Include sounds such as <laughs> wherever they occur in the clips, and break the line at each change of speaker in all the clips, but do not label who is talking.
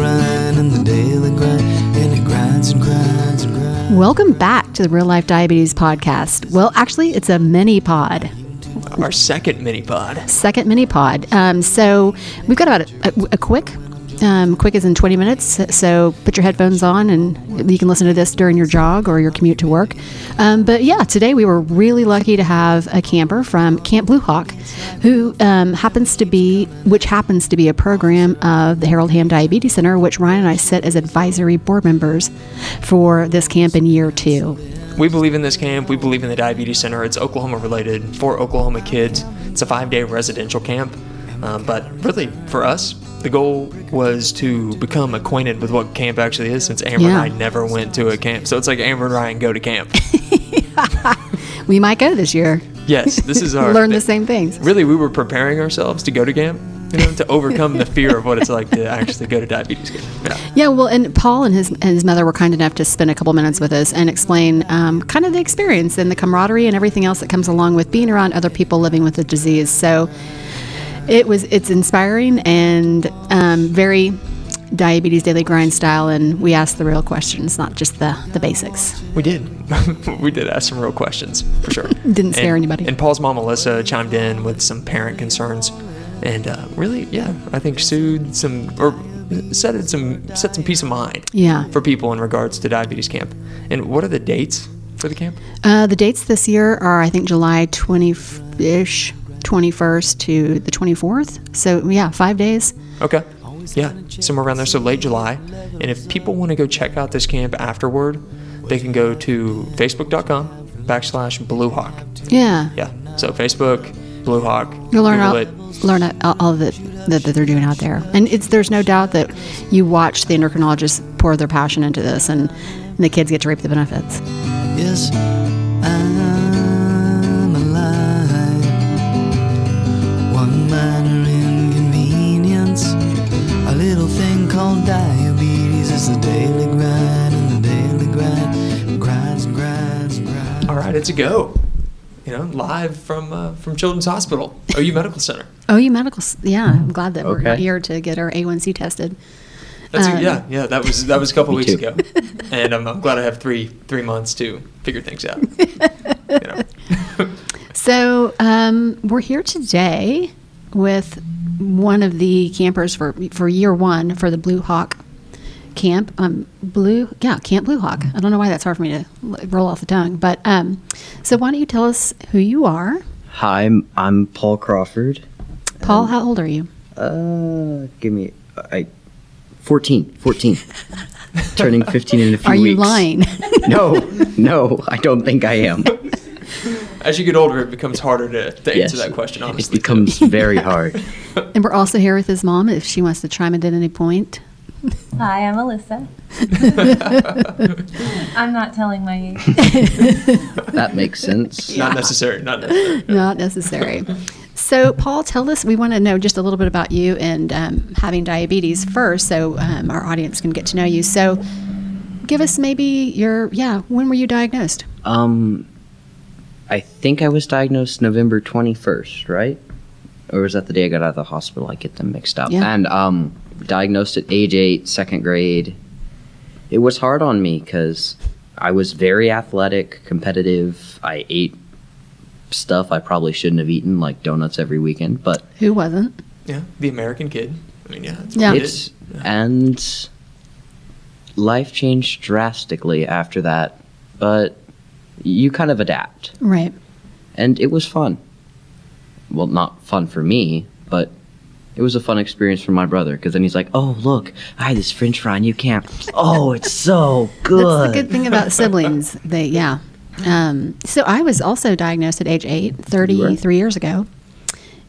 in the daily grind, and it grinds and grinds and grinds.
Welcome back to the Real Life Diabetes Podcast. Well, actually, it's a mini pod,
Our second mini pod.
second mini pod. Um, so we've got about a, a, a quick, um, quick is in 20 minutes. So put your headphones on and you can listen to this during your jog or your commute to work. Um, but yeah, today we were really lucky to have a camper from Camp Blue Hawk who um, happens to be, which happens to be a program of the Harold Ham Diabetes Center, which Ryan and I sit as advisory board members for this camp in year two.
We believe in this camp. We believe in the Diabetes Center. It's Oklahoma related for Oklahoma kids. It's a five day residential camp. Um, but really, for us, the goal was to become acquainted with what camp actually is since Amber
Yeah.
and I never went to a camp. So it's like Amber and Ryan go
<laughs>
to camp.
We might go this year.
yes, this is our.
<laughs> learn the same things.
Really, we were preparing ourselves to go to camp. You know, to overcome the fear of what it's like to actually go to diabetes camp. Yeah.
Yeah, well, and Paul and his and his mother were kind enough to spend a couple minutes with us and explain um, kind of the experience and the camaraderie and everything else that comes along with being around other people living with the disease. So it was it's inspiring and um, very diabetes daily grind style, and we asked the real questions, not just the the basics.
We did. <laughs> we did ask some real questions, for sure.
<laughs> Didn't scare
and,
anybody.
And Paul's mom, Melissa, chimed in with some parent concerns, and uh, really, yeah, I think soothed some or set some set some peace of mind
Yeah.
for people in regards to diabetes camp. And what are the dates for the camp?
Uh, the dates this year are, I think, July 20 ish, 21st to the 24th. So, yeah, five days.
Okay. Yeah, somewhere around there. So late July. And if people want to go check out this camp afterward, they can go to facebook.com backslash Bluehawk.
Yeah.
Yeah. So Facebook, Bluehawk.
You'll learn
Google
all,
it.
learn all, all of it that, that they're doing out there, and it's there's no doubt that you watch the endocrinologists pour their passion into this, and, and the kids get to reap the benefits.
Yes, I'm alive. One minor inconvenience, a little thing called diabetes, is the daily grind, and the daily grind grinds and grinds and grinds.
All right, it's a go. You know, live from uh, from Children's Hospital, OU Medical Center.
OU Oh, Medical, S- yeah, I'm glad that we're
Okay.
here to get our A1C tested.
That's a,
Um,
yeah, yeah. That was that was a couple
Me
weeks
too.
<laughs>
ago, and I'm, I'm glad I have three three months to figure things out. You know.
So um, we're here today with one of the campers for for year one for the Blue Hawk camp. Um, Blue, yeah, Camp Blue Hawk. I don't know why that's hard for me to l- roll off the tongue, but um, so why don't you tell us who you are?
Hi, I'm, I'm Paul Crawford.
Paul, how old are you?
Uh, give me I, 14, 14.
<laughs>
Turning 15 in a few
Are
weeks.
you lying?
<laughs>
<laughs>
No, no, I don't think I am.
As you get older, it becomes harder to, to
yes.
answer that question.
It
Honestly,
becomes very hard.
and we're also here with his mom if she wants to chime in at any point.
Hi, I'm Alyssa. I'm not telling my age.
That makes sense.
not necessary.
<laughs>
Not necessary.
Not necessary. So, Paul, tell us, we want to know just a little bit about you and um, having diabetes first so um, our audience can get to know you. So, give us maybe your, yeah, when were you diagnosed?
Um, I think I was diagnosed November 21st, right? Or was that the day I got out of the hospital? I get them mixed up.
Yeah.
And um, diagnosed at age eight, second grade. It was hard on me because I was very athletic, competitive. I ate stuff I probably shouldn't have eaten, like donuts every weekend. But
Who wasn't?
Yeah, the American kid. I mean, yeah. It's
Yeah.
what it
it's
is.
and life changed drastically after that. But you kind of adapt.
Right.
and it was fun. Well, not fun for me, but it was a fun experience for my brother because then he's like, "Oh, look, I had this French fry in you camp. Oh, it's
<laughs>
so
That's
good." <laughs>
the good thing about
<laughs>
siblings. They, yeah. Um, so I was also diagnosed at age eight, 33 years ago.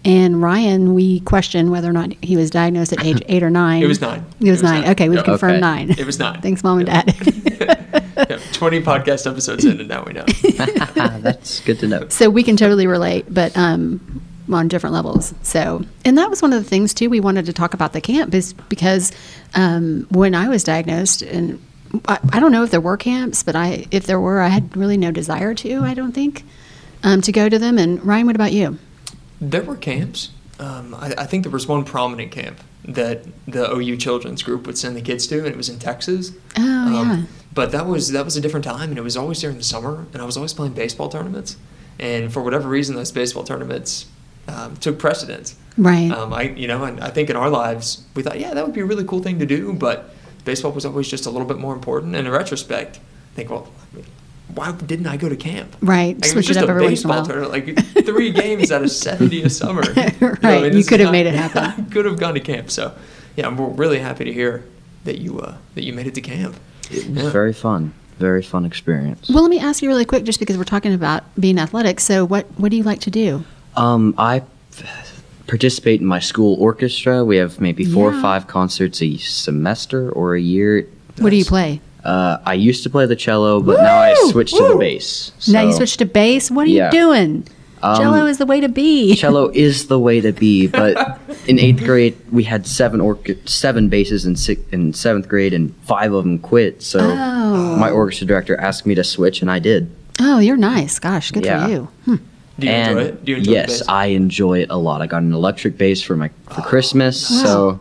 And Ryan, we questioned whether or not he was diagnosed at
<laughs>
age eight or nine.
It was nine.
It was nine. Okay, we've
Yeah.
confirmed
Okay.
nine.
It was nine.
<laughs> Thanks, mom and dad.
<laughs>
<laughs>
Yeah, Twenty podcast episodes in, and now we know.
Ah, that's good to know.
so we can totally relate, but um, on different levels. So, and that was one of the things too we wanted to talk about the camp is because um, when I was diagnosed, and I, I don't know if there were camps, but I if there were, I had really no desire to. I don't think um, to go to them. And Ryan, what about you?
There were camps. Um, I, I think there was one prominent camp that the OU children's group would send the kids to, and it was in Texas.
Oh
Um,
yeah.
But that was that was a different time, and it was always during the summer, and I was always playing baseball tournaments, and for whatever reason, those baseball tournaments um, took precedence.
Right.
Um, I you know, and I think in our lives we thought, yeah, that would be a really cool thing to do, but baseball was always just a little bit more important. And in retrospect, I think, well, why didn't I go to camp?
Right,
Like, it was
switch it
just
up
a
every once in a
baseball
while.
tournament,
<laughs>
like three games out of seventy a summer. You know, I mean,
Right, you
this is
could have
not-
made it happen.
<laughs> I could have gone to camp. So, yeah, I'm really happy to hear that you uh, that you made it to camp.
It was
Yeah.
very fun. Very fun experience.
well, let me ask you really quick, just because we're talking about being athletic. So, what what do you like to do?
Um, I participate in my school orchestra. We have maybe four
Yeah.
or five concerts a semester or a year.
What do you play?
Uh, I used to play the cello, but now I
Woo!
switched to the
Woo!
bass.
now you
So
switch to bass. What are
Yeah. Um,
you doing? Cello is the way to be.
Cello is the way to be, but in
<laughs>
eighth grade we had seven orc- seven basses in six in seventh grade, and five of them quit. So
Oh.
my orchestra director asked me to switch, and I did.
Oh, you're nice. Gosh, good
Yeah.
for you. Hmm.
Do you
and
enjoy it? Do you enjoy the
yes,
bass?
I enjoy it a lot. I got an electric bass for my
Oh.
for Christmas,
nice.
so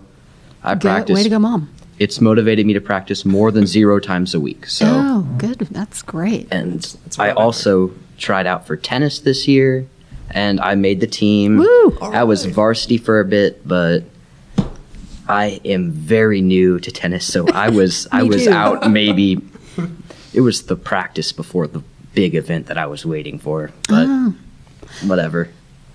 I
Good,
practice.
way to go, mom.
It's motivated me to practice more than zero times a week. So
Oh, good. That's great.
and
that's what
I
I like.
also tried out for tennis this year, and I made the team.
Woo!
I was
Alright.
varsity for a bit, but I am very new to tennis, so
<laughs>
I was I
Me
was
too.
out
<laughs>
maybe. It was the practice before the big event that I was waiting for, but
Oh.
whatever.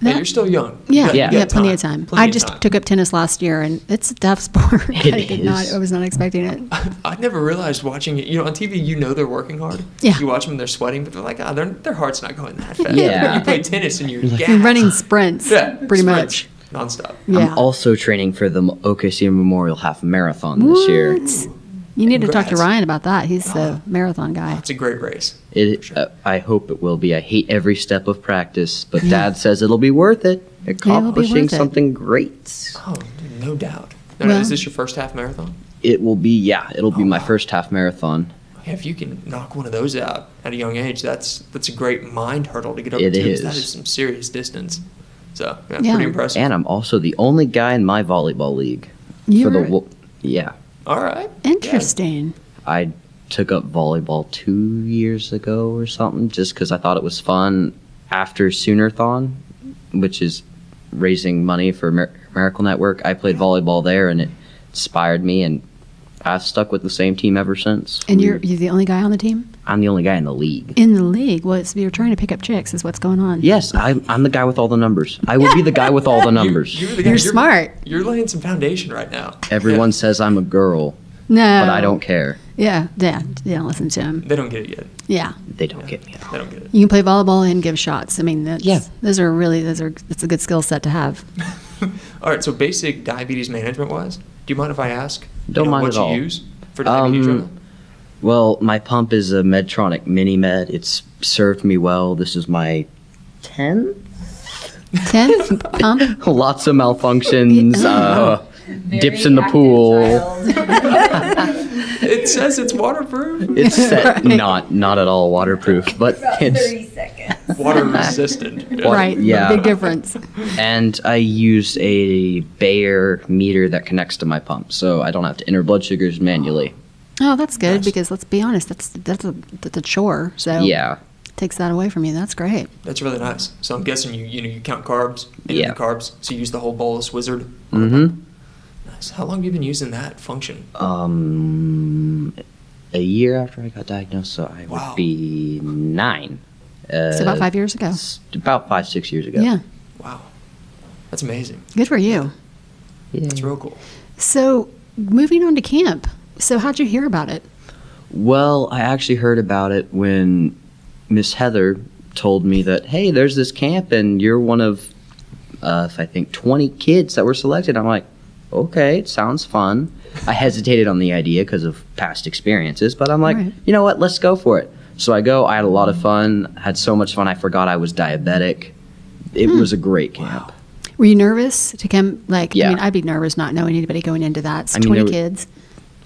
And you're still young. You
Yeah,
got- you
yeah,
got
plenty of time.
Plenty
I
of
just
time.
took up tennis last year, and it's a tough <laughs> sport. I
It
did not.
is.
I was not expecting it.
I never realized watching it. You know, on TV, you know they're working hard.
Yeah.
You watch them, they're sweating, but they're like, ah, their their heart's not going that fast.
Yeah.
you play tennis and you're
You're
gassed.
running sprints,
yeah,
pretty much.
sprints, nonstop.
Yeah.
I'm also training for the M- OKC Memorial Half Marathon this year.
What? You need to talk to
Congrats.
Ryan about that. He's the marathon guy.
It's a great race.
It,
sure.
uh, I hope it will be. I hate every step of practice, but Dad says it'll be worth it. Accomplishing
worth it.
something great.
Oh, no doubt. No,
Well-
is this your first half marathon?
It will be. Yeah, it'll be
Oh,
my
wow.
first half marathon.
Yeah, if you can knock one of those out at a young age, that's that's a great mind hurdle to get over.
It
too, 'cause That
is.
is some serious distance. So yeah,
Yeah.
pretty impressive.
And I'm also the only guy in my volleyball league
You're
for the. wo- Yeah,
All right. Yeah.
interesting.
I took up volleyball two years ago or something, just because I thought it was fun. After Soonerthon, which is raising money for Mir- Miracle Network, I played volleyball there, and it inspired me, and I've stuck with the same team ever since.
And
We-
you're you're the only guy on the team
I'm the only guy in the league.
in the league. Well, it's, you're trying to pick up chicks, is what's going on.
Yes, I'm, I'm the guy with all the numbers. I would be the guy with all the numbers.
You, are the guy,
You're smart.
You're laying some foundation right now.
Everyone says I'm a girl,
No,
but I don't care.
Yeah, yeah, yeah. Listen to him.
Yeah. They don't get it yet.
Yeah,
They don't get me. at all.
They don't get it.
you can play volleyball and give shots. I mean, that's,
Yeah.
those are really those are it's a good skill set to have.
All right, so basic diabetes management wise, do you mind if I ask? you
Don't
know,
mind
what
at
you
all.
use for diabetes
Um,
treatment?
Well, my pump is a Medtronic Mini Med. It's served me well. This is my 10?
Ten pump.
<laughs> Lots of malfunctions, uh, dips in the pool.
It says it's waterproof,
It's set not not at all waterproof, but it's
seconds.
water resistant. Yeah.
Right.
yeah.
Big difference.
and I use a Bayer meter that connects to my pump, so I don't have to enter blood sugars manually.
Oh, that's good
Nice.
because let's be honest, that's that's a that's a chore. So
Yeah.
takes that away from you. That's great.
That's really nice. So I'm guessing you you know you count carbs, and
Yeah.
carbs. So you use the whole bolus wizard.
Mm-hmm.
Nice. How long have you been using that function?
Um, a year after I got diagnosed, so I
Wow.
would be nine. Uh,
It's about five years ago.
s- about five, six years ago.
Yeah.
Wow, that's amazing.
Good for you.
That's real cool.
So moving on to camp. So how'd you hear about it?
Well, I actually heard about it when Miss Heather told me that, hey, there's this camp and you're one of, uh, I think, 20 kids that were selected. I'm like, okay, it sounds fun. I hesitated on the idea because of past experiences, but I'm like,
Right.
you know what, let's go for it. So I go, I had a lot of fun, had so much fun, I forgot I was diabetic. It was a great camp.
Were you nervous to come? Like, I
Yeah.
mean, I'd be nervous not knowing anybody going into that. It's
I mean,
20
there were-
kids.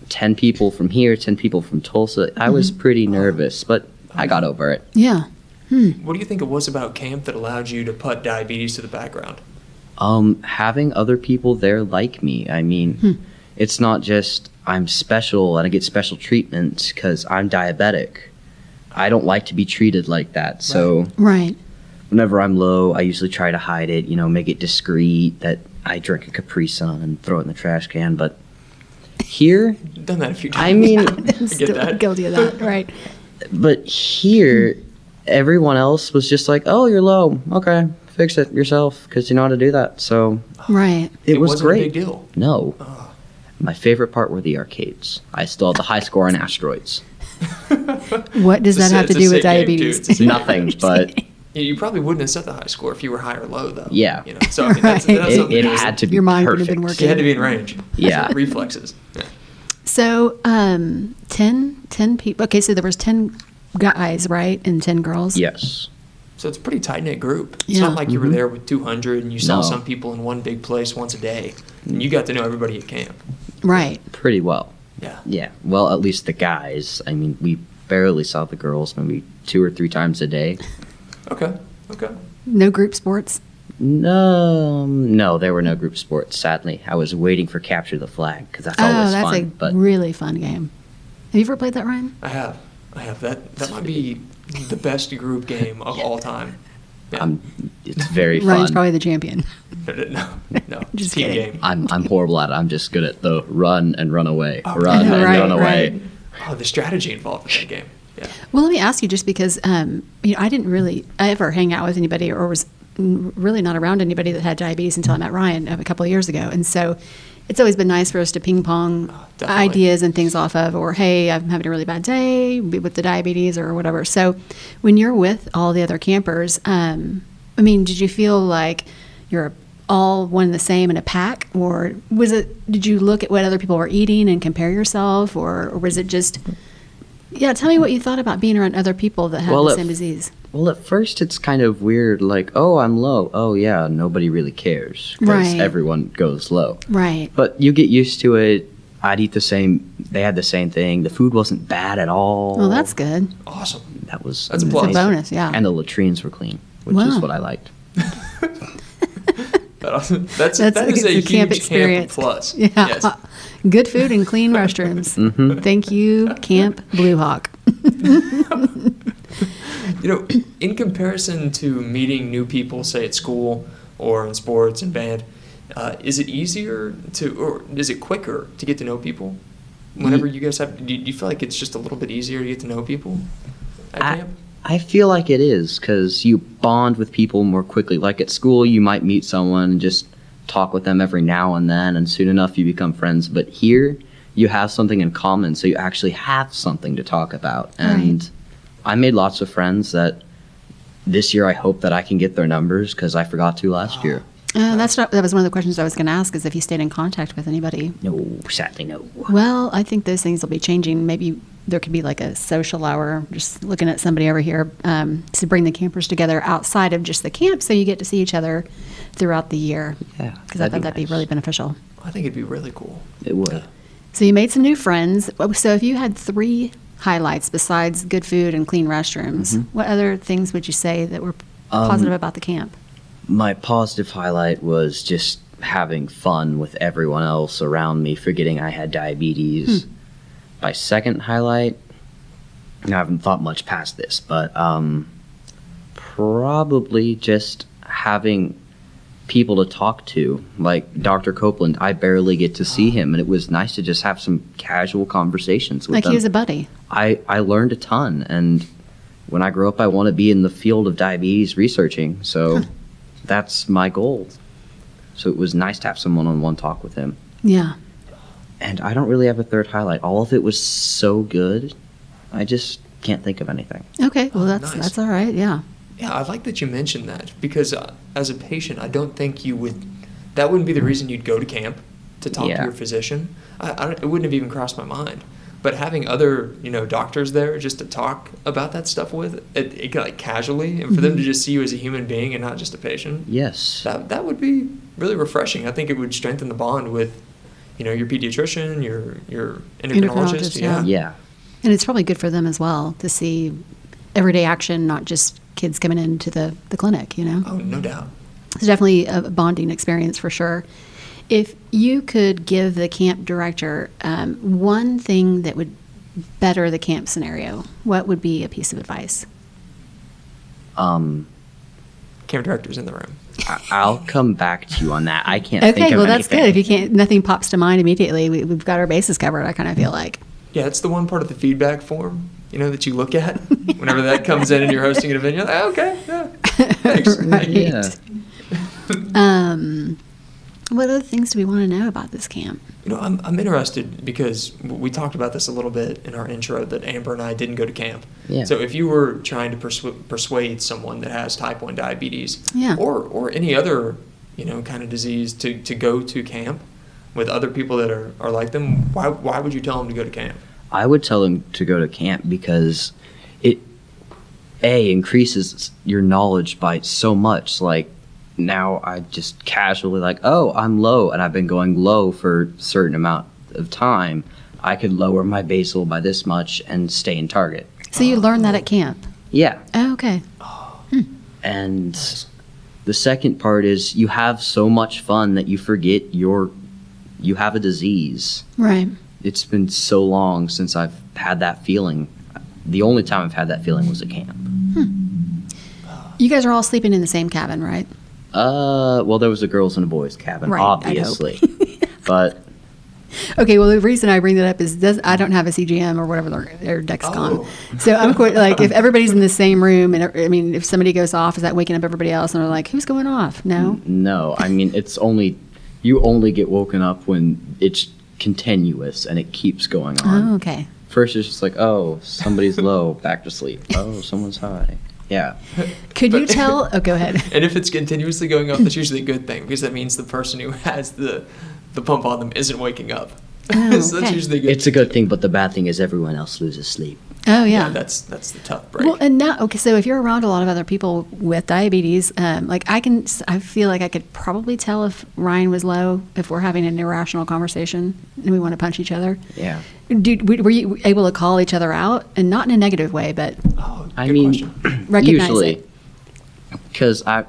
10 people from here, 10 people from Tulsa. I was pretty nervous, but I got over it.
Yeah.
What do you think it was about camp that allowed you to put diabetes to the background?
um, having other people there like me. I mean, it's not just I'm special and I get special treatment because I'm diabetic. I don't like to be treated like that. So
Right.
whenever I'm low, I usually try to hide it, you know, make it discreet that I drink a Capri Sun and throw it in the trash can. But here,
Done that a few times.
I
<laughs>
mean,
I'm still
that.
guilty of that. Right.
but here, everyone else was just like, oh, you're low. Okay, fix it yourself because you know how to do that. So
Right.
it, was
wasn't
great.
a big deal.
No. My favorite part were the arcades. I still had the high score on asteroids.
What does
It's
that
a-
have to
it's a
do with
sick game, dude. It's a
diabetes? <laughs>
sick-
Nothing, but
You- You probably wouldn't have set the high score if you were high or low, though.
Yeah.
You know, so I mean,
<laughs>
that's,
Right.
that's
it,
something
it
that was-
had to be
Your mind would have
perfect.
been
You had
working.
to be in range.
Yeah.
<laughs> Reflexes. Yeah.
So, um, 10, 10 people. Okay, so there was 10 guys, right? And 10 girls.
Yes.
So it's a pretty tight knit group. It's
Yeah.
not like you were there with 200 and you saw
Mm-hmm. No.
some people in one big place once a day. And you got to know everybody at camp.
Right.
Pretty well.
Yeah.
Yeah. Well, at least the guys. I mean, we barely saw the girls maybe two or three times a day.
Okay. Okay.
No group sports.
No, no, there were no group sports, sadly. I was waiting for Capture the Flag because that's
Oh,
always
that's
fun.
a
but
really fun game. Have you ever played that, Ryan?
I have. I have. That that might be the best group game of all time. Yeah.
I'm, it's very
Ryan's
fun.
probably the champion.
no, <laughs> no,
<laughs>
no.
Just
team
kidding.
game.
I'm, I'm horrible at it. I'm just good at the run and run away. run
<laughs>
and
Right,
run away.
right.
Oh, the strategy involved in that game. Yeah.
Well, let me ask you just because um, you know I didn't really ever hang out with anybody or was n- really not around anybody that had diabetes until I met Ryan uh, a couple of years ago, and so it's always been nice for us to ping pong
definitely.
ideas and things off of, or hey, I'm having a really bad day with the diabetes or whatever. So when you're with all the other campers, um, I mean, did you feel like you're all one and the same in a pack, or was it? Did you look at what other people were eating and compare yourself, or, or was it just? Yeah, tell me what you thought about being around other people that had
Well,
the
it-
same disease.
Well, at first it's kind of weird, like, oh, I'm low. Oh, yeah, nobody really cares because
Right.
everyone goes low.
Right.
But you get used to it. I'd eat the same. They had the same thing. The food wasn't bad at all.
Well, that's good.
Awesome.
that was
That's a plus.
It's a bonus, yeah.
And the latrines were clean, which
Wow.
is what I liked.
That <laughs> also,
That's-
that's that's that
it's
is a,
a
huge
camp
camp
experience.
plus.
<laughs> Yeah.
Yes.
Good food and clean restrooms. Thank you, Camp Blue Hawk.
You know, in comparison to meeting new people, say at school or in sports and band, uh, is it easier to, or is it quicker to get to know people? Whenever you guys have, do you, do you feel like it's just a little bit easier to get to know people at
I,
camp?
I feel like it is because you bond with people more quickly. Like at school, you might meet someone and just talk with them every now and then, and soon enough you become friends. But here, you have something in common, so you actually have something to talk about. And I made lots of friends that this year I hope that I can get their numbers because I forgot
<gasps>
to last year.
Uh, that's not, that was one of the questions I was going to ask: is if you stayed in contact with anybody.
No, sadly, no.
Well, I think those things will be changing. Maybe there could be like a social hour, just looking at somebody over here um, to bring the campers together outside of just the camp, so you get to see each other throughout the year.
Yeah,
because I
that'd be
thought that'd
nice.
be really beneficial.
I think it'd be really cool.
It would.
So you made some new friends. Oh, So if you had three highlights besides good food and clean restrooms,
Mm-hmm.
what other things would you say that were
Um,
positive about the camp?
my positive highlight was just having fun with everyone else around me, forgetting I had diabetes.
Hmm.
My second highlight, I haven't thought much past this, but um, probably just having people to talk to. Like Dr. Copeland, I barely get to see him, and it was nice to just have some casual conversations with
Like
them.
he was a buddy.
I, I learned a ton and when I grow up I want to be in the field of diabetes researching so that's my goal so it was nice to have some one-on-one talk with him
Yeah.
and I don't really have a third highlight all of it was so good I just can't think of anything
Okay. Well,
Oh,
that's
nice.
that's all right. Yeah.
Yeah, I like that you mentioned that because uh, as a patient, I don't think you would. That wouldn't be the reason you'd go to camp to talk
Yeah.
to your physician. I, I don't, it wouldn't have even crossed my mind. But having other you know doctors there just to talk about that stuff with, it, it, like casually, and
Mm-hmm.
for them to just see you as a human being and not just a patient,
yes
that that would be really refreshing. I think it would strengthen the bond with, you know, your pediatrician, your your endocrinologist.
Endocrinologist, yeah.
yeah
And it's probably good for them as well to see everyday action, not just kids coming into the, the clinic, you know?
Oh, no doubt.
it's definitely a bonding experience for sure. If you could give the camp director um, one thing that would better the camp scenario, what would be a piece of advice?
Um,
Camp director's in the room.
I- I'll come back to you on that. I can't. think
Okay,
of
well that's
anything.
good. If you can't, nothing pops to mind immediately. We, we've got our bases covered. I kind of feel like.
Yeah, it's the one part of the feedback form, you know, that you look at <laughs> whenever that comes in and you're hosting an event. You're like, "Oh, okay, yeah, thanks.
<laughs> Right.
Yeah.
Um, what other things do we want to know about this camp?
You know, I'm, I'm interested because w- we talked about this a little bit in our intro that Amber and I didn't go to camp.
Yeah.
So if you were trying to persu- persuade someone that has type 1 diabetes
Yeah.
or, or any other, you know, kind of disease to, to go to camp with other people that are, are like them, why, why would you tell them to go to camp?
I would tell them to go to camp because it a increases your knowledge by so much. Like now, I just casually like, oh, I'm low, and I've been going low for a certain amount of time. I could lower my basal by this much and stay in target.
So you learned that at camp.
Yeah,
Oh, okay.
and the second part is you have so much fun that you forget your you have a disease.
Right.
It's been so long since I've had that feeling. The only time I've had that feeling was at camp.
You guys are all sleeping in the same cabin, right?
Uh, well, there was a girls and a boys cabin,
Right, I hope.
obviously. but
<laughs> Okay, well, the reason I bring that up is does, I don't have a CGM or whatever their, their
Oh.
Dexcom. So I'm quite like, if everybody's in the same room, and I mean, if somebody goes off, is that waking up everybody else? And they're like, who's going off? No?
no, I mean, it's only you only get woken up when it's continuous and it keeps going
Mm-hmm.
on.
Oh, okay.
First, it's just like, oh,
<laughs>
somebody's low, back to sleep. Oh, someone's high. Yeah,
Could
<laughs>
you tell? Oh, go ahead.
And if it's continuously going up, that's usually a good thing because that means the person who has the, the pump on them isn't waking up. <laughs>
Oh,
so that's
okay.
usually a good
it's a good thing, but the bad thing is everyone else loses sleep.
<laughs> Oh,
Yeah,
yeah.
that's, that's the tough break.
well, and now, okay, so if you're around a lot of other people with diabetes, um, like I can, s- I feel like I could probably tell if Ryan was low, if we're having an irrational conversation and we want to punch each other.
Yeah,
Dude, w- were you able to call each other out and not in a negative way, but
oh,
I
good
mean,
question.
recognize
<clears throat> usually
it?
because i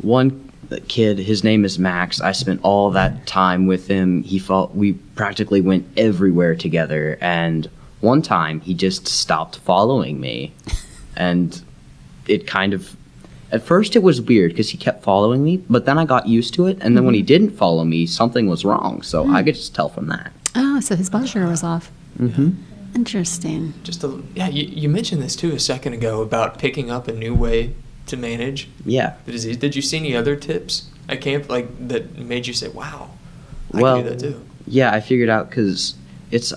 one kid his name is max i spent all that time with him he fought we practically went everywhere together and one time he just stopped
<laughs>
following me and it kind of at first it was weird because he kept following me but then i got used to it and then
Mm-hmm.
when he didn't follow me something was wrong so
Mm.
i could just tell from that
Oh, so his blood sugar was off. Mm-hmm. Interesting.
just a, yeah you, you mentioned this too a second ago about picking up a new way to manage
yeah
the disease did you see any other tips at camp like that made you say wow i
Well-
can do that too
Yeah, I figured out because it's.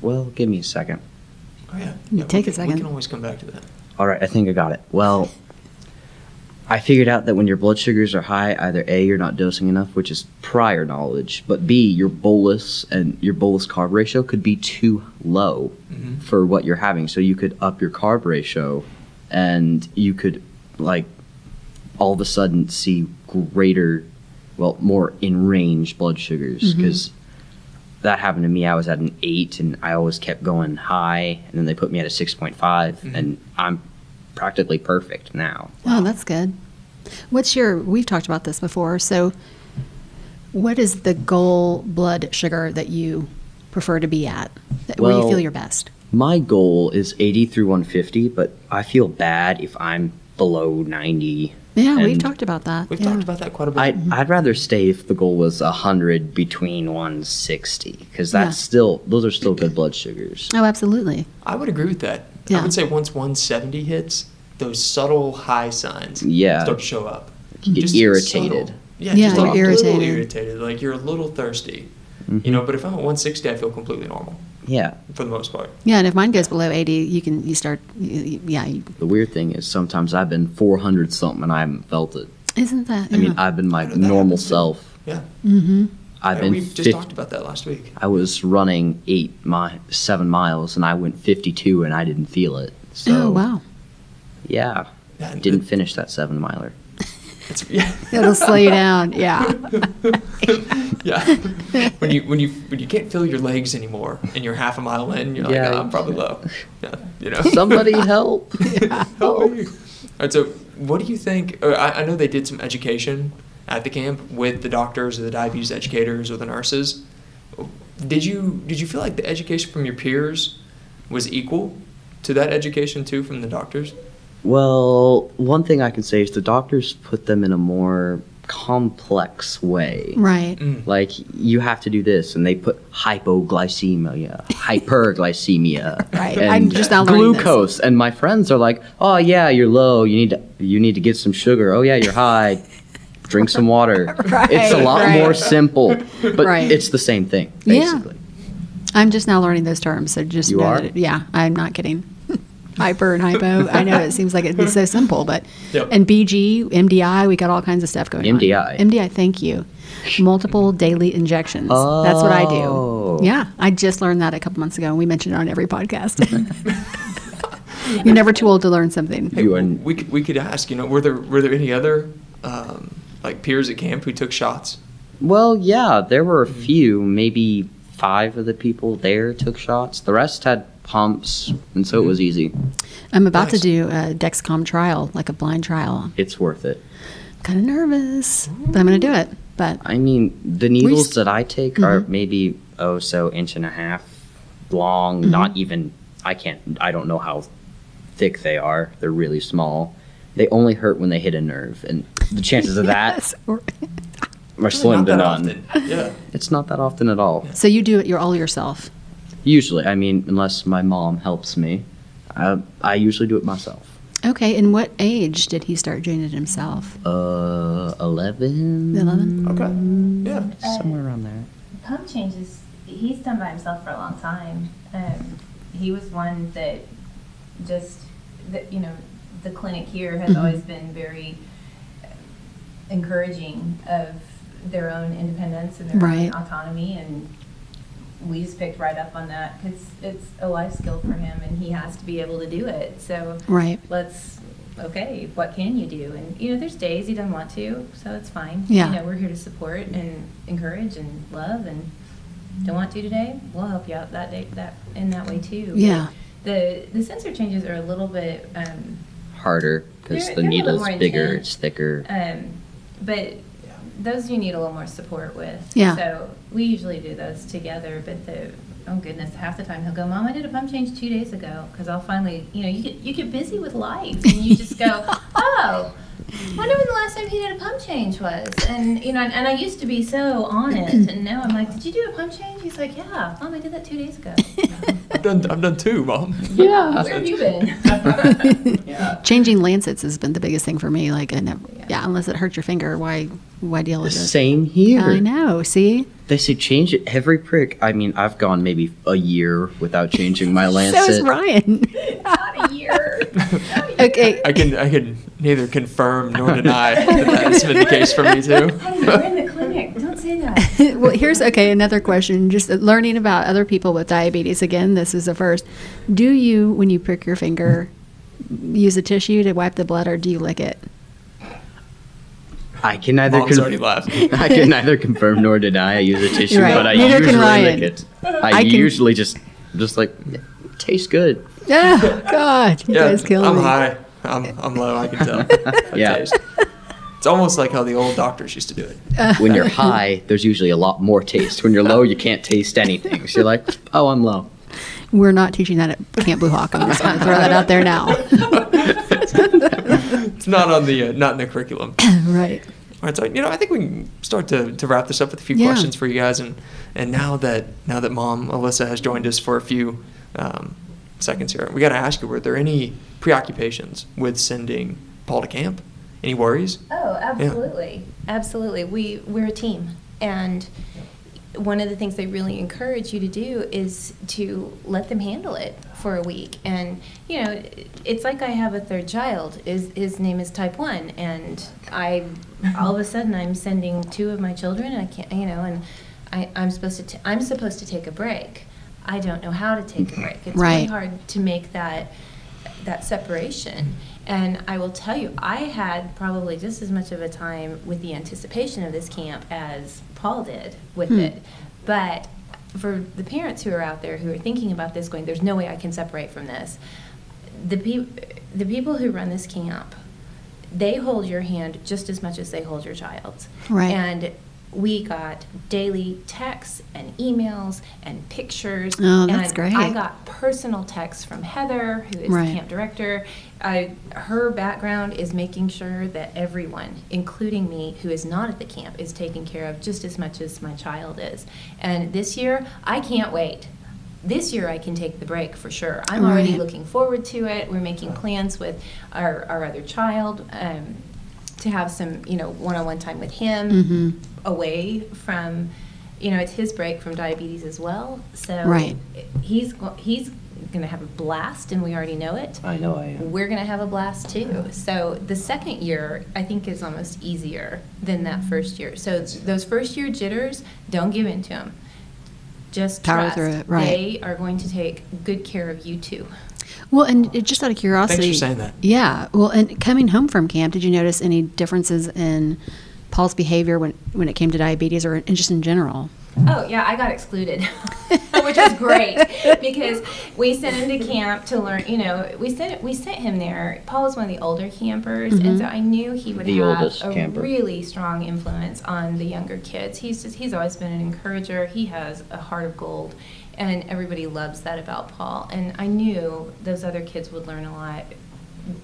Well, give me a second.
oh yeah,
You
yeah
take
we
a
can- we
second.
can always come back to that
All right, I think I got it. Well, I figured out that when your blood sugars are high, either A, you're not dosing enough, which is prior knowledge, but B, your bolus and your bolus carb ratio could be too low
Mm-hmm.
for what you're having. So you could up your carb ratio and you could, like, all of a sudden see greater, well, more in range blood sugars because that happened to me. I was at an eight, and I always kept going high, and then they put me at a six and I'm practically perfect now.
Oh, that's good. What's your? We've talked about this before. So, what is the goal blood sugar that you prefer to be at, that, where you feel
Well-
your best?
My goal is 80 through 150, but I feel bad if I'm below 90.
Yeah, we've
And
talked about that.
we've
yeah.
talked about that quite a bit
I,
mm-hmm.
I'd rather stay if the goal was 100 between 160, because that's
Yeah.
still, those are still good blood sugars.
Oh, absolutely.
I would agree with that i
Yeah.
would say once 170 hits those subtle high signs
Yeah.
start to show up
You get
Just
irritated.
subtle. yeah,
Yeah,
just like
you're
a little
irritated.
irritated like you're a little thirsty you
Mm-hmm.
know but if i'm at 160 i feel completely normal
Yeah.
for the most part
Yeah, and if mine goes below eighty, you can you start. You, you- yeah, you,
The weird thing is sometimes I've been 400 something and I haven't felt it.
isn't that?
I mean,
yeah. Mm-hmm.
I've been my
know, that
normal
happens too.
self.
yeah
I've
Yeah,
been
we just
50
talked about that last week
I was running eight mi- seven miles, and I went fifty-two, and I didn't feel it. So,
oh wow,
Yeah,
Yeah,
didn't
it-
finish that seven
<laughs>
miler.
it's, yeah <laughs>
it'll slow you down.
<laughs>
Yeah.
Yeah. when you when you when you can't feel your legs anymore and you're half a mile in, you're <laughs>
Yeah.
like, oh, I'm probably low. Yeah, you know. <laughs>
Somebody help!
All right, so What do you think? Or I, I know they did some education at the camp with the doctors or the diabetes educators or the nurses. Did you did you feel like the education from your peers was equal to that education too from the doctors?
Well, one thing I can say is the doctors put them in a more complex way.
Right.
Like you have to do this, and they put hypoglycemia,
<laughs>
hyperglycemia,
Right.
and
I'm just now learning this.
glucose. And my friends are like, "Oh yeah, you're low. You need to you need to get some sugar. Oh yeah, you're high. Drink some water.
<laughs> Right,
it's a lot
right.
more simple, but
Right.
it's the same thing
Yeah.
basically.
I'm just now learning those terms, so just
You
know
are?
that it- yeah, I'm not kidding. <laughs> Hyper and hypo. I know it seems like it'd be
<laughs>
so simple, but
Yep.
and BG, MDI, we got all kinds of stuff going on.
MDI.
MDI, thank you. Multiple daily injections. That's what I do.
Oh.
Yeah, I just learned that a couple months ago, and we mentioned it on every podcast. <laughs> You're never too old to learn something.
You are
We could, we could ask. You know, were there were there any other um, like peers at camp who took shots?
Well, yeah, there were a few, maybe five of the people there took shots. The rest had pumps, and so it was easy.
I'm about to
Nice.
do a Dexcom trial, like a blind trial.
It's worth it.
Kind of nervous, but I'm going to do it. But
I mean, the needles
s- Mm-hmm.
that I take are maybe oh so inch and a half long,
Mm-hmm.
not even I can't I don't know how thick they are. They're really small. They only hurt when they hit a nerve, and the
<laughs>
chances of that
Yes, or-
are slim
Not
to
that
none.
often. <laughs> Yeah.
It's not that often at all.
so you do it, you're all yourself.
Usually, I mean, unless my mom helps me, I, I usually do it myself.
Okay, and what age did he start doing it himself?
Uh, 11?
11?
Okay. Yeah.
Somewhere around there.
Pump changes. He's done by himself for a long time. Um, he was one that just, that, you know, the clinic here
Mm-hmm.
has always been very encouraging of their own independence and their
Right.
own autonomy, and we just picked right up on that because it's a life skill for him, and he has to be able to do it. So
Right.
let's okay what can you do and you know there's days he doesn't want to so it's fine
Yeah.
you know we're here to support and encourage and love and don't want to today we'll help you out that day that in that way too But <laughs>
Yeah.
the the sensor changes are a little bit um
Harder, because
They're-
the
they're a little
needle's
more
bigger,
intense.
it's thicker.
um but those you need a little more support with
Yeah.
so we usually do those together but the oh goodness half the time he'll go mom i did a pump change two days ago because i'll finally you know you get you get busy with life and you just
<laughs>
go oh wonder when the last time he did a pump change was. And you know, and, and I used to be so on
<clears throat>
it, and now I'm like, did you do a pump change? He's like, yeah, mom, I did that two days
<laughs>
ago.
I've done I've done two, mom.
Yeah. Where have you been?
Changing lancets has been the biggest thing for me. Like, I never, yeah, unless it hurts your finger, why, why deal
The
with it?
same here.
I know. See,
They say change it every prick. I mean, I've gone maybe a year without
<laughs>
changing my lancet.
so is Ryan. <laughs>
Not a year.
okay, <laughs>
I can I can neither confirm nor <laughs> deny that that's been the case for me too.
Hey, we're in the clinic. Don't say that.
well, here's okay. Another question. Just learning about other people with diabetes. Again, this is the first. Do you, when you prick your finger, use a tissue to wipe the blood, or do you lick it?
I can neither
Mom's
con-
already laughed.
<laughs> I can neither confirm nor deny. I use a tissue,
Right.
but I
Neither can
usually
Ryan.
lick it. I,
I can-
usually just, just like, tastes good.
Oh God, you
Yeah,
guys killing
I'm
me.
high. I'm, I'm low. I can
<laughs>
tell. By
Yeah.
taste. It's almost like how the old doctors used to do it.
<laughs>
When you're high, there's usually a lot more taste. When you're low, you can't taste anything. So you're like, oh, I'm low.
We're not teaching that at Camp Blue Hawk. I'm just going to throw that out there
<laughs>
now.
It's not on the uh, not in the
<coughs>
curriculum.
right.
All right, so you know, I think we can start to, to wrap this up with a few
Yeah.
questions for you guys, and and now that now that Mom Alyssa has joined us for a few um, seconds here, we got to ask you: Were there any preoccupations with sending Paul to camp? Any worries?
Oh, absolutely. Absolutely. We we're a team. And one of the things they really encourage you to do is to let them handle it for a week. And you know, it's like I have a third child. Is his name is type 1 and I all of a sudden I'm sending two of my children and I can't, you know, and I, I'm supposed to t- I'm supposed to take a break. I don't know how to take a break. It's really
Right.
hard to make that that separation. And I will tell you, I had probably just as much of a time with the anticipation of this camp as Paul did with it. But for the parents who are out there who are thinking about this, going, there's no way I can separate from this, the, peop the people who run this camp they hold your hand just as much as they hold your child's.
Right.
And we got daily texts and emails and pictures.
Oh, that's
and
great.
I got personal texts from Heather, who is
Right.
the camp director. I, her background is making sure that everyone, including me, who is not at the camp, is taken care of just as much as my child is. And this year, I can't wait. This year, I can take the break for sure. I'm already
Right.
looking forward to it. We're making plans with our, our other child um, to have some, you know, one-on-one time with him
Mhm.
away from, you know, it's his break from diabetes as well. So
Right.
he's go- he's going to have a blast, and we already know it.
I know I am.
We're going to have a blast too. So the second year, I think, is almost easier than that first year. So it's- those first year jitters, don't give in to them. Just
Power
trust.
through it, right.
They are going to take good care of you too.
Well, and it- just out of curiosity,
saying that.
Yeah. Well, and coming home from camp, did you notice any differences in Paul's behavior when when it came to diabetes, or in, just in general?
Oh yeah, I got excluded, <laughs> which was great because we sent him to camp to learn. You know, we sent we sent him there. Paul is one of the older campers, and so I knew he would
Mm-hmm. The
have
oldest
a
camper.
really strong influence on the younger kids. He's just he's always been an encourager. He has a heart of gold, and everybody loves that about Paul. And I knew those other kids would learn a lot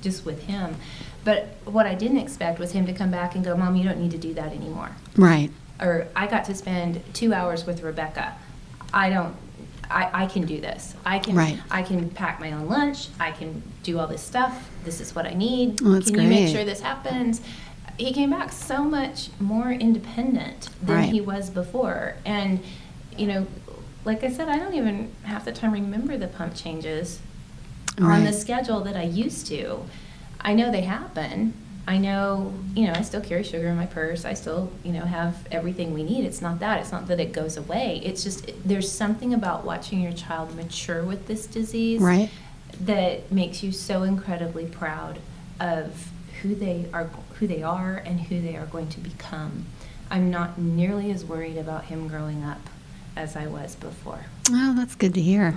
just with him. But what I didn't expect was him to come back and go, "Mom, you don't need to do that anymore."
Right.
or I got to spend two hours with Rebecca. I don't. I, I can do this. I can.
Right.
I can pack my own lunch. I can do all this stuff. This is what I need.
Oh, that's
can you make
great.
sure this happens? He came back so much more independent than
Right.
he was before, and you know, like I said, I don't even half the time remember the pump changes on the
Right.
schedule that I used to. I know they happen. I know, you know, I still carry sugar in my purse. I still, you know, have everything we need. It's not that. It's not that it goes away. It's just there's something about watching your child mature with this disease
Right.
that makes you so incredibly proud of who they are who they are and who they are going to become. I'm not nearly as worried about him growing up as I was before.
Oh, that's good to hear.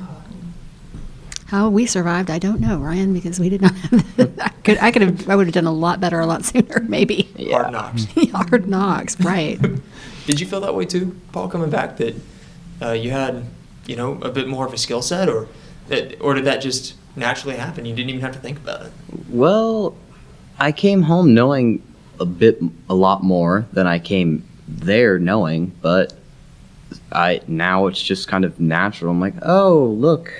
How we survived, I don't know, Ryan, because we did not have. I could, I could have, I would have done a lot better a lot sooner, maybe.
<laughs> Hard knocks.
Hard knocks, right?
<laughs> Did you feel that way too, Paul, coming back that uh, you had, you know, a bit more of a skill set, or that, or did that just naturally happen? You didn't even have to think about it.
Well, I came home knowing a bit, a lot more than I came there knowing, but I now it's just kind of natural. I'm like, oh, look,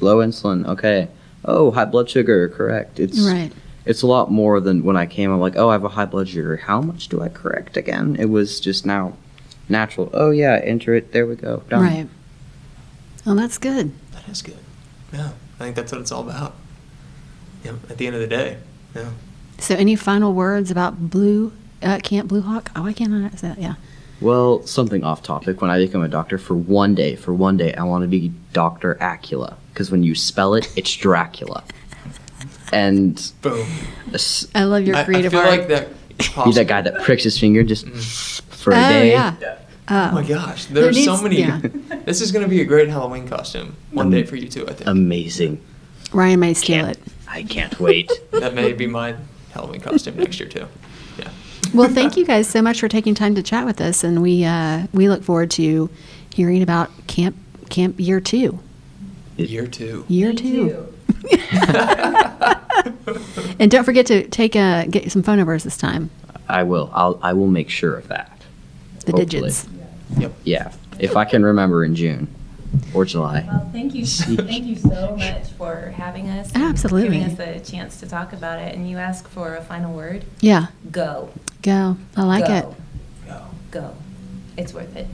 low insulin, okay. Oh, high blood sugar, correct. It's
Right.
it's a lot more than when I came. I'm like, oh, I have a high blood sugar. How much do I correct again? It was just now natural. Oh yeah, enter it. There we go. Done.
Right. Well, that's good.
That is good. Yeah, I think that's what it's all about. You know, at the end of the day, yeah.
So, any final words about Blue uh, Camp Blue Hawk? Oh, I can't pronounce that. Yeah.
Well, something off topic. When I become a doctor, for one day, for one day, I want to be Doctor Acula because when you spell it, it's Dracula. And
Boom.
s-
I love your
I, I
creative
feel
art.
like that.
he's that guy that pricks his finger just for a
oh
day.
yeah.
Oh my gosh, there are so
needs-
many.
yeah.
<laughs> This is going to be a great Halloween costume one day for you too. I think
um, Amazing!
Ryan may steal
Can't-
it.
I can't
<laughs>
wait.
that may be my Halloween costume next year too. Yeah.
Well, thank you guys so much for taking time to chat with us, and we uh, we look forward to hearing about camp camp year two.
Year two.
Year
Me
two.
too.
<laughs> And don't forget to take uh, get some phone numbers this time.
I will. I'll. I will make sure of that.
The
Hopefully.
digits.
Yeah, if I can remember in June or July.
Well, thank you, <laughs> thank you so much for having us. and
Absolutely.
Giving us the chance to talk about it, and you ask for a final word,
Yeah.
go.
Go. I like it.
Go. Go. It's worth it.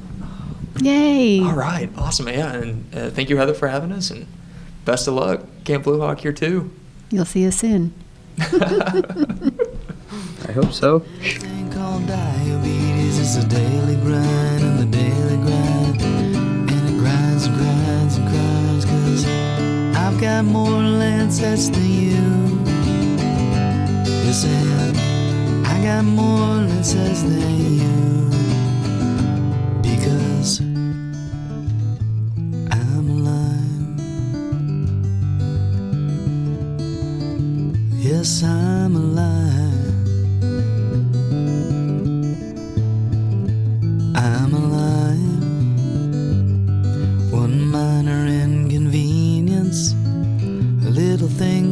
Yay.
All right, awesome, yeah, and uh, thank you, Heather, for having us, and best of luck, Camp Blue Hawk here too. <laughs>
You'll see us soon.
I hope so.
thing called diabetes is a daily grind and the daily grind and it grinds and grinds and grinds cause I've got more lancets than you listen I got more lancets than you because I'm alive yes I'm alive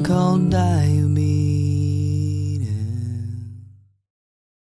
won't die.